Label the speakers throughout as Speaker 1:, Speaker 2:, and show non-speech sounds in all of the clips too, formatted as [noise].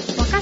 Speaker 1: 阪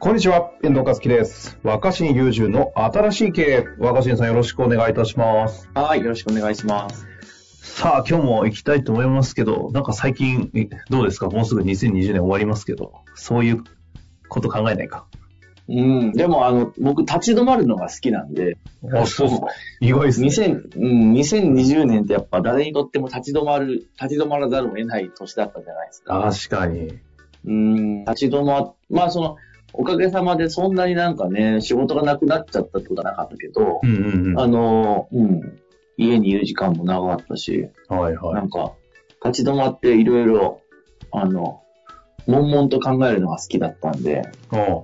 Speaker 2: こんにちは、遠藤和樹です。若新雄純の新しい経営。若新さんよろしくお願いいたします。
Speaker 3: はい、よろしくお願いします。
Speaker 2: さあ、今日も行きたいと思いますけど、なんか最近、えどうですかもうすぐ2020年終わりますけど、そういうこと考えないか。
Speaker 3: うん、でもあの、僕立ち止まるのが好きなんで、
Speaker 2: あ、そうですか。意外ですね。
Speaker 3: 2000うん、2020年ってやっぱ誰にとっても立ち止まる、立ち止まらざるを得ない年だったじゃないですか。
Speaker 2: 確かに。
Speaker 3: うん、立ち止ま、まあその、おかげさまでそんなになんかね、仕事がなくなっちゃったってことはなかったけど
Speaker 2: う、んうん
Speaker 3: あの、うん、家にいる時間も長かったし、
Speaker 2: うん。はいは。
Speaker 3: ないんか、立ち止まっていろいろ、あの、悶々と考えるのが好きだったんで、
Speaker 2: あ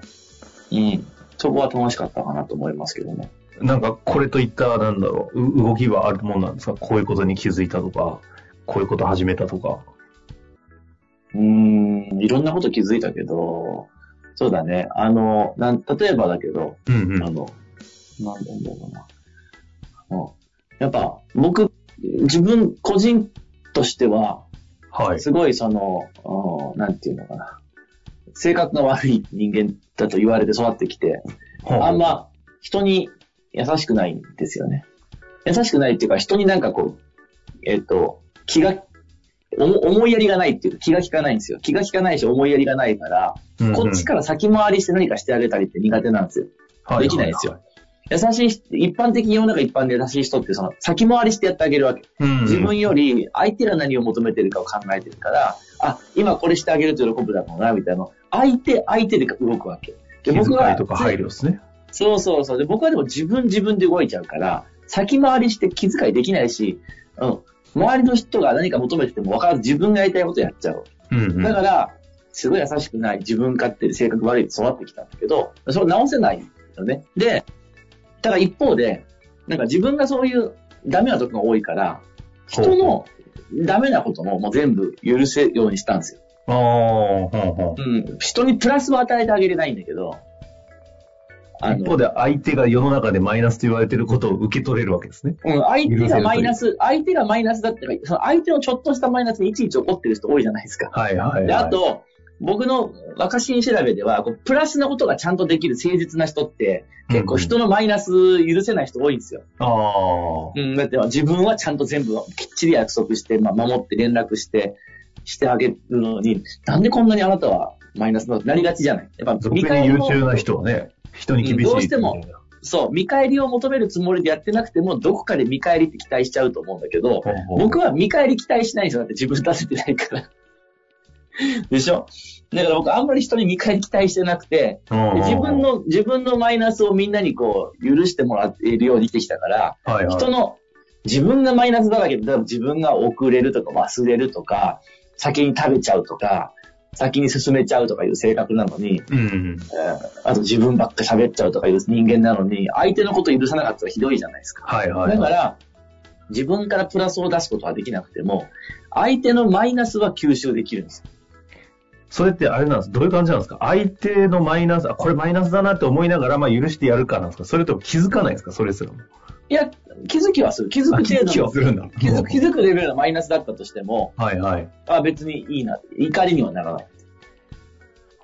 Speaker 3: うん。そこは楽しかったかなと思いますけどね。
Speaker 2: あなんか、これといった、なんだろうう動きはあるもんなんですかこういうことに気づいたとか、こういうこと始めたとか。
Speaker 3: うーん、いろんなこと気づいたけど、そうだね。あの、なん例えばだけど、
Speaker 2: うんうん。
Speaker 3: あの、なんだろうな。あのやっぱ、僕、自分個人としては、
Speaker 2: はい。
Speaker 3: すごいその、うんなんていうのかな。性格が悪い人間だと言われて育ってきて、あん
Speaker 2: は
Speaker 3: ま人に優しくないんですよね。優しくないっていうか、人になんかこう、えっ、と、気が、おも思いやりがないっていうか、気が利かないんですよ。気が利かないし、思いやりがないから、
Speaker 2: あうんうん
Speaker 3: こっちから先回りして何かしてあげたりって苦手なんですよ。できないですよ。優しい人、一般的に世の中一般で優しい人って、その、先回りしてやってあげるわけ。
Speaker 2: うんうん
Speaker 3: 自分より相手が何を求めてるかを考えてるから、あ、今これしてあげると喜ぶだろうな、みたいなの。相手、相手で動くわけ。で
Speaker 2: 気
Speaker 3: 僕
Speaker 2: 遣
Speaker 3: はい
Speaker 2: とか配慮ですね。
Speaker 3: そうそうそう。で、僕はでも自分自分で動いちゃうから、先回りして気遣いできないし、うん。周りの人が何か求めてても分からず自分がやりたいことやっちゃう。
Speaker 2: うんうん
Speaker 3: だから、すごい優しくない、自分勝手で性格悪いで育ってきたんだけど、それを直せないんだよね。で、だから一方で、なんか自分がそういうダメなとこが多いから、人のダメなことももう全部許せようにしたんですよ。
Speaker 2: ああ、ほんほん。
Speaker 3: うん。人にプラスを与えてあげれないんだけど、あ
Speaker 2: 一方で相手が世の中でマイナスと言われてることを受け取れるわけですね。
Speaker 3: うん、相手がマイナス、相手がマイナスだったら、その相手のちょっとしたマイナスにいちいち怒ってる人多いじゃないですか。
Speaker 2: はいはい、はい。
Speaker 3: で、あと、僕の若新調べでは、こうプラスなことがちゃんとできる誠実な人って、結構人のマイナス許せない人多いんですよ。
Speaker 2: ああ、
Speaker 3: うん、だって自分はちゃんと全部きっちり約束して、まあ、守って連絡して、してあげるのに、なんでこんなにあなたはマイナスななりがちじゃないやっぱ
Speaker 2: 俗に
Speaker 3: 見
Speaker 2: 言う
Speaker 3: 返
Speaker 2: 優
Speaker 3: りも
Speaker 2: 秀な人はね、人に厳しい。
Speaker 3: うんどうしても。そう、見返りを求めるつもりでやってなくても、どこかで見返りって期待しちゃうと思うんだけど、僕は見返り期待しないんですよ。だって自分出せてないから。 [laughs] でしょだから僕あんまり人に見返り期待してなくて、
Speaker 2: うん、
Speaker 3: で自分の、自分のマイナスをみんなにこう、許してもらっているようにしてきたから、
Speaker 2: はいはい、
Speaker 3: 人の、自分がマイナスだらけで、例えば自分が遅れるとか忘れるとか、先に食べちゃうとか、先に進めちゃうとかいう性格なのに、
Speaker 2: うん。
Speaker 3: えーあと自分ばっか喋っちゃうとかいう人間なのに、相手のこと許さなかったらひどいじゃないですか。
Speaker 2: はいはい、
Speaker 3: だから、自分からプラスを出すことはできなくても、相手のマイナスは吸収できるんです。
Speaker 2: それってあれなんですどういう感じなんですか相手のマイナス、あ、これマイナスだなって思いながら、まあ許してやるかなんですかそれとも気づかないですかそれすらも。
Speaker 3: いや、気づきはする。気づく
Speaker 2: あ
Speaker 3: 程
Speaker 2: 気
Speaker 3: 度
Speaker 2: は
Speaker 3: の
Speaker 2: するんだ。
Speaker 3: 気づく、気づくレベルのマイナスだったとしても、
Speaker 2: はいはい。
Speaker 3: あ別にいいな。怒りにはならない。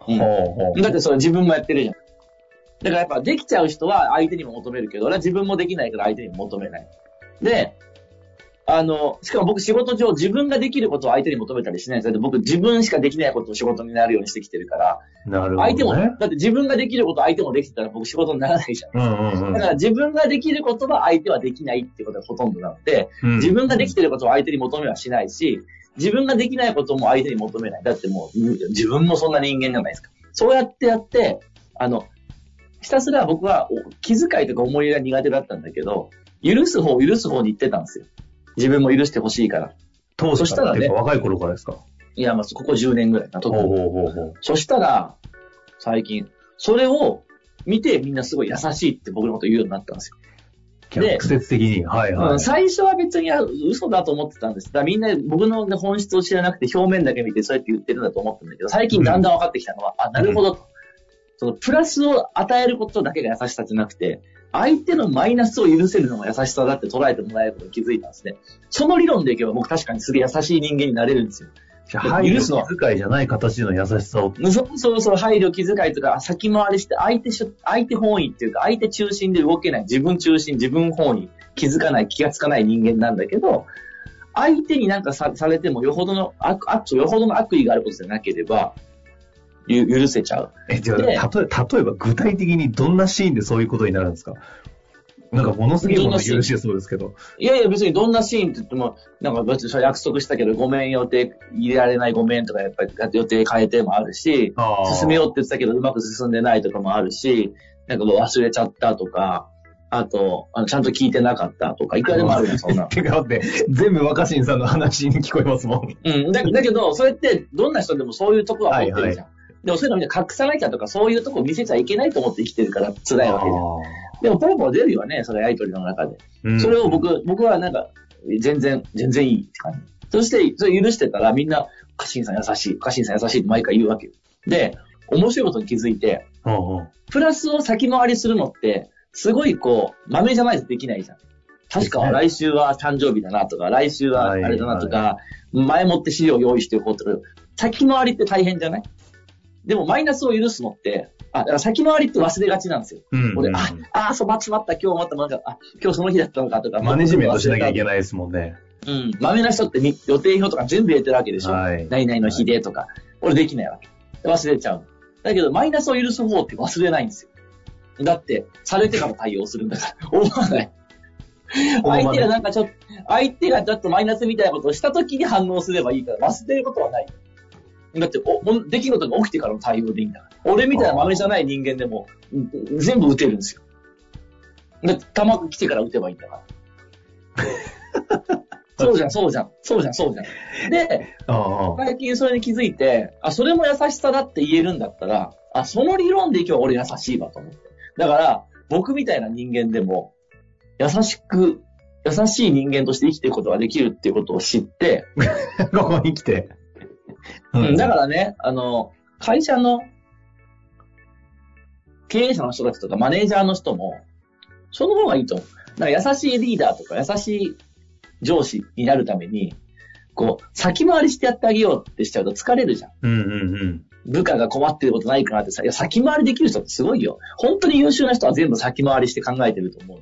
Speaker 3: うん
Speaker 2: ほうほう。
Speaker 3: だってそれ自分もやってるじゃん。だからやっぱできちゃう人は相手にも求めるけど、俺は自分もできないから相手にも求めない。で、あの、しかも僕仕事上自分ができることを相手に求めたりしないんですよ。だって僕自分しかできないことを仕事になるようにしてきてるから、
Speaker 2: なるほど、ね。
Speaker 3: 相手も、だって自分ができること相手もできてたら僕仕事にならないじゃん。
Speaker 2: うんうんうん。
Speaker 3: だから自分ができることは相手はできないってことがほとんどなので、
Speaker 2: うん
Speaker 3: 自分ができてることを相手に求めはしないし、自分ができないことも相手に求めない。だってもううん自分もそんな人間じゃないですか。そうやってやって、あの、ひたすら僕はお気遣いとか思い入れが苦手だったんだけど、許す方、許す方に行ってたんですよ。自分も許してほしいから。
Speaker 2: 当
Speaker 3: そ
Speaker 2: 時
Speaker 3: し
Speaker 2: か
Speaker 3: た
Speaker 2: ら
Speaker 3: ら
Speaker 2: っ
Speaker 3: ね
Speaker 2: ていうか若い頃からですか
Speaker 3: いや、まあ、ここ10年ぐらいかな、特
Speaker 2: ほう
Speaker 3: に。
Speaker 2: ほうほうほう。
Speaker 3: そしたら、最近、それを見てみんなすごい優しいって僕のこと言うようになったんですよ。で
Speaker 2: 逆説的に。はいは
Speaker 3: う
Speaker 2: い
Speaker 3: ん、。最初は別にあ嘘だと思ってたんです。だからみんな僕の本質を知らなくて表面だけ見てそうやって言ってるんだと思ったんだけど、最近だんだん分かってきたのは、あ、なるほどと。そのプラスを与えることだけが優しさじゃなくて、相手のマイナスを許せるのも優しさだって捉えてもらえることに気づいたんですね。その理論でいけば僕確かにすげえ優しい人間になれるんですよ。
Speaker 2: じゃあ、配慮
Speaker 3: 許すの
Speaker 2: 気遣いじゃない形の優しさを。
Speaker 3: そうそうそう、配慮、気遣いとか、先回りして、相手しょ、相手本位っていうか、相手中心で動けない、自分中心、自分本位、気づかない、気がつかない人間なんだけど、相手になんかさされても、よほどの悪、悪、よほどの悪意があることじゃなければ、ゆ許せちゃう。
Speaker 2: え、じゃあ、
Speaker 3: で
Speaker 2: 例え例えば具体的にどんなシーンでそういうことになるんですかなんかものすげえもの許してそうですけど。
Speaker 3: いやいや、別にどんなシーンって言っても、なんか別にそれ約束したけど、ごめん予定入れられないごめんとか、やっぱり予定変えてもあるし、
Speaker 2: あー
Speaker 3: 進めようって言ってたけど、うまく進んでないとかもあるし、なんかもう忘れちゃったとか、あと、あのちゃんと聞いてなかったとか、いくらでもあるよ、そん
Speaker 2: [laughs]
Speaker 3: なの。
Speaker 2: てか、待って、
Speaker 3: [laughs]
Speaker 2: 全部若新さんの話に聞こえますもん。
Speaker 3: うん、だだけど、それって、どんな人でもそういうとこは持ってるじゃん。
Speaker 2: は
Speaker 3: でもそういうのみんな隠さなきゃとか、そういうとこ見せちゃいけないと思って生きてるから辛いわけじゃん。でも、ポロポロ出るよね、それやりとりの中で。
Speaker 2: うん
Speaker 3: それを僕、僕はなんか、全然、全然いいって感じ。そして、それ許してたらみんな、カシンさん優しい、カシンさん優しいって毎回言うわけよ。で、面白いことに気づいて、
Speaker 2: うんうん
Speaker 3: プラスを先回りするのって、すごいこう、豆じゃないとできないじゃん。確
Speaker 2: です
Speaker 3: か
Speaker 2: ね
Speaker 3: 来週は誕生日だなとか、来週はあれだなとか、前もって資料用意しておこうとか、先回りって大変じゃないでもマイナスを許すのって、あ、だから先回りって忘れがちなんですよ。
Speaker 2: うんうん
Speaker 3: 俺、あ、あ、そう、待って待った、今日待った、なんか、あ、今日その日だったのかとか、
Speaker 2: マネジメントしなきゃいけ
Speaker 3: ない。
Speaker 2: ないですもんね。
Speaker 3: うん。豆な人ってみ予定表とか全部入れてるわけでしょ。
Speaker 2: はい
Speaker 3: 何々の日でとか。俺できないわけ。忘れちゃう。だけど、マイナスを許す方って忘れないんですよ。だって、されてから対応するんだから、 [laughs] 思わない。
Speaker 2: この場
Speaker 3: 相
Speaker 2: で
Speaker 3: 手がなんかちょっと、相手がちょっとマイナスみたいなことをした時に反応すればいいから、忘れることはない。だってお、お出来事が起きてからの対応でいいんだから。俺みたいな豆じゃない人間でも、うん全部打てるんですよ。だって、球が来てから打てばいいんだから。そうじゃん、そうじゃん、そうじゃん、そうじゃん。で、
Speaker 2: ああ
Speaker 3: 最近それに気づいて、あ、それも優しさだって言えるんだったら、あ、その理論で今日俺優しいわと思って。だから、僕みたいな人間でも、優しく、優しい人間として生きていくことができるっていうことを知って、 [laughs]
Speaker 2: ここに来て。、
Speaker 3: うんだかららね、あの、会社の経営者の人たちとかマネージャーの人も、その方がいいと思う。なんか優しいリーダーとか優しい上司になるために、こう、先回りしてやってあげようってしちゃうと疲れるじゃん。
Speaker 2: うんうんうん。
Speaker 3: 部下が困ってることないかなってさ、いや、先回りできる人ってすごいよ。本当に優秀な人は全部先回りして考えてると思う。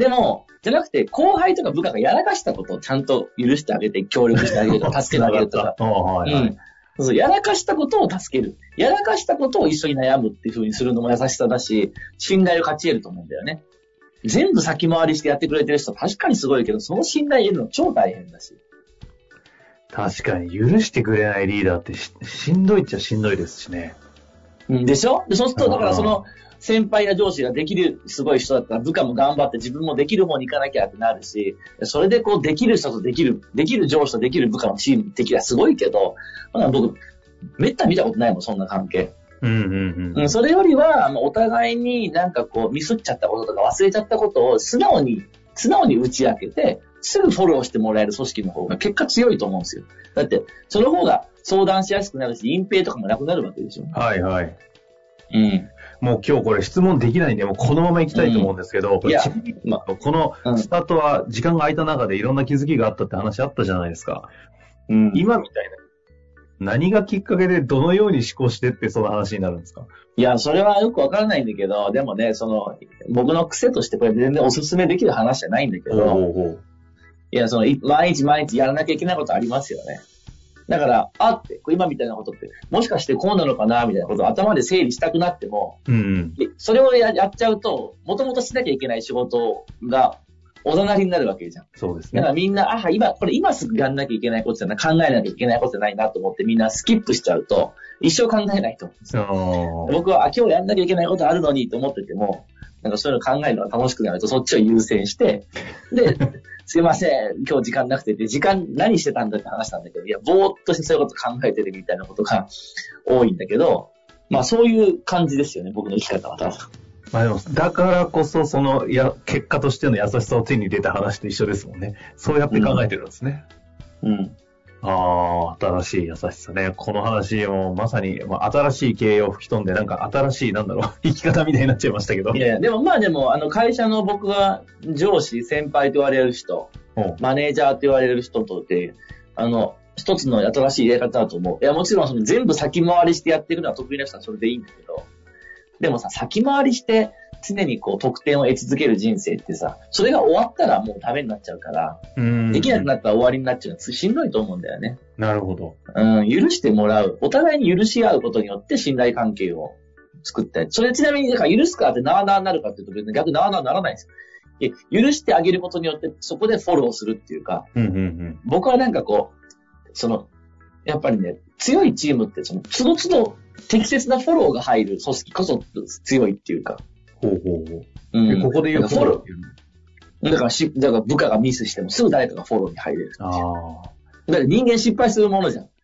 Speaker 3: でも、じゃなくて、後輩とか部下がやらかしたことをちゃんと許してあげて、協力してあげるとか、助けてあげるとか。
Speaker 2: ああ、はいは
Speaker 3: う
Speaker 2: い
Speaker 3: ん。そうそう、やらかしたことを助ける。やらかしたことを一緒に悩むっていう風にするのも優しさだし、信頼を勝ち得ると思うんだよね。全部先回りしてやってくれてる人確かにすごいけど、その信頼得るの超大変だし。
Speaker 2: 確かに、許してくれないリーダーってししんどいっちゃしんどいですしね。
Speaker 3: うんでしょでそうする
Speaker 2: う
Speaker 3: と、
Speaker 2: ん
Speaker 3: だからその先輩や上司ができるすごい人だったら部下も頑張って自分もできる方に行かなきゃってなるし、それでこうできる人とできる、できる上司とできる部下のチームできりゃすごいけど、まあ僕、めったに見たことないもん、そんな関係。
Speaker 2: うんうんう。
Speaker 3: うんん、それよりは、まあお互いになんかこうミスっちゃったこととか忘れちゃったことを素直に、素直に打ち明けて、すぐフォローしてもらえる組織の方が結果強いと思うんですよ。だって、その方が相談しやすくなるし、隠蔽とかもなくなるわけでしょ。
Speaker 2: はいはい。
Speaker 3: うん。
Speaker 2: もう今日これ質問できないんで、もうこのまま行きたいと思うんですけど、こ
Speaker 3: い
Speaker 2: れ
Speaker 3: や
Speaker 2: ちなみに
Speaker 3: ま
Speaker 2: この
Speaker 3: うん
Speaker 2: スタートは時間が空いた中でいろんな気づきがあったって話あったじゃないですか。
Speaker 3: うんい
Speaker 2: 今みたいな。何がきっかけでどのように思考してってその話になるんですか
Speaker 3: や、それはよくわからないんだけど、でもね、その、僕の癖としてこれ全然おすすめできる話じゃないんだけど、
Speaker 2: うほう。
Speaker 3: いや、その、い毎日毎日やらなきゃいけないことありますよね。だから、あって、こう今みたいなことって、もしかしてこうなのかな、みたいなことを頭で整理したくなっても、
Speaker 2: うんうん。
Speaker 3: でそれをややっちゃうと、もともとしなきゃいけない仕事が、おざなりになるわけじゃん。
Speaker 2: そうです
Speaker 3: だ
Speaker 2: ね
Speaker 3: か。らみんな、あ、今、これ今すぐやんなきゃいけないことじゃない、考えなきゃいけないことじゃないなと思ってみんなスキップしちゃうと、一生考えないと思うんですよ
Speaker 2: あー
Speaker 3: 僕は、あ、今日やんなきゃいけないことあるのにと思ってても、なんかそういうの考えるのが楽しくなると、そっちを優先して、で、すいません、今日時間なくてって、時間何してたんだって話したんだけど、いや、ぼーっとしてそういうこと考えてるみたいなことが多いんだけど、まあそういう感じですよね、僕の生き方は多分。
Speaker 2: まあでも、だからこそ、その、や、結果としての優しさを手に入れた話と一緒ですもんね。そうやって考えてるんですね。
Speaker 3: うん。
Speaker 2: ああ、新しい優しさね。この話もまさに、まあ、新しい経営を吹き飛んで、なんか新しい、なんだろう、 [laughs] 生き方みたいになっちゃいましたけど。
Speaker 3: いやいや、でもまあでも、あの会社の僕は上司、先輩と言われる人、
Speaker 2: うん
Speaker 3: マネージャーと言われる人とって、あの、一つの新しいやり方だと思う。いや、もちろんその全部先回りしてやってるのは得意な人はそれでいいんだけど、でもさ、先回りして常にこう得点を得続ける人生ってさ、それが終わったらもうダメになっちゃうから、
Speaker 2: うん
Speaker 3: できなくなったら終わりになっちゃうのはしんどいと思うんだよね。
Speaker 2: なるほど。
Speaker 3: うん、許してもらう。お互いに許し合うことによって信頼関係を作って。それちなみに、だから許すかってなあなあになるかっていうと別に逆になあなあにならないんですよ。で許してあげることによってそこでフォローするっていうか、
Speaker 2: うんうんうん。
Speaker 3: 僕はなんかこう、その、やっぱりね、強いチームってその、つどつど適切なフォローが入る組織こそ強いっていうか。
Speaker 2: ほうほうほ
Speaker 3: う
Speaker 2: う。で
Speaker 3: ん、
Speaker 2: ここで言う
Speaker 3: フォロ
Speaker 2: ー。
Speaker 3: ー。だからし、だから部下がミスしてもすぐ誰かがフォローに入れる。
Speaker 2: ああ。
Speaker 3: だから人間失敗するものじゃん。だか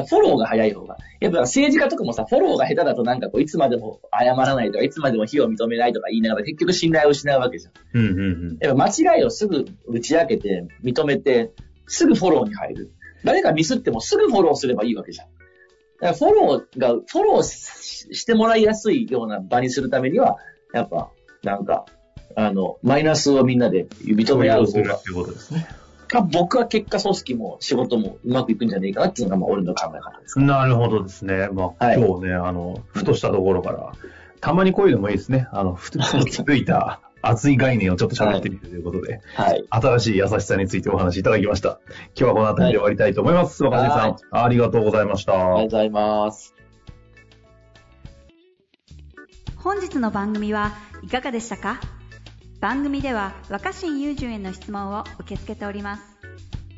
Speaker 3: らフォローが早い方が。やっぱ政治家とかもさ、フォローが下手だとなんかこう、いつまでも謝らないとか、いつまでも非を認めないとか言いながら結局信頼を失うわけじゃん。
Speaker 2: うんうんうん。
Speaker 3: やっぱ間違いをすぐ打ち明けて、認めて、すぐフォローに入る。誰かミスってもすぐフォローすればいいわけじゃん。だからフォローが、フォローししてもらいやすいような場にするためには、やっぱ、なんか、あの、マイナスをみんなで認め合う
Speaker 2: す
Speaker 3: 方
Speaker 2: る
Speaker 3: が
Speaker 2: っていうことですね。
Speaker 3: か、僕は結果組織も仕事もうまくいくんじゃねえかなっていうのが、まあ、俺の考え方です。
Speaker 2: なるほどですね。まあ、
Speaker 3: はい
Speaker 2: 今日ね、あの、ふとしたところから、たまにこういうのもいいですね。あの、ふと気づいた熱い概念をちょっと喋ってみるということで、
Speaker 3: はい。
Speaker 2: 新しい優しさについてお話しいただきました。今日はこの辺りで終わりたいと思います。
Speaker 3: い
Speaker 2: 若新さん、ありがとうございました。
Speaker 3: ありがとうございます。
Speaker 1: 本日の番組はいかがでしたか番組では若新雄純への質問を受け付けております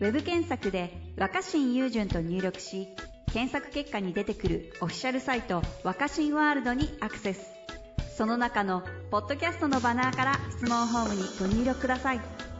Speaker 1: ウェブ検索で「若新雄純」と入力し検索結果に出てくるオフィシャルサイト「若新ワールド」にアクセスその中の「ポッドキャスト」のバナーから質問フォームにご入力ください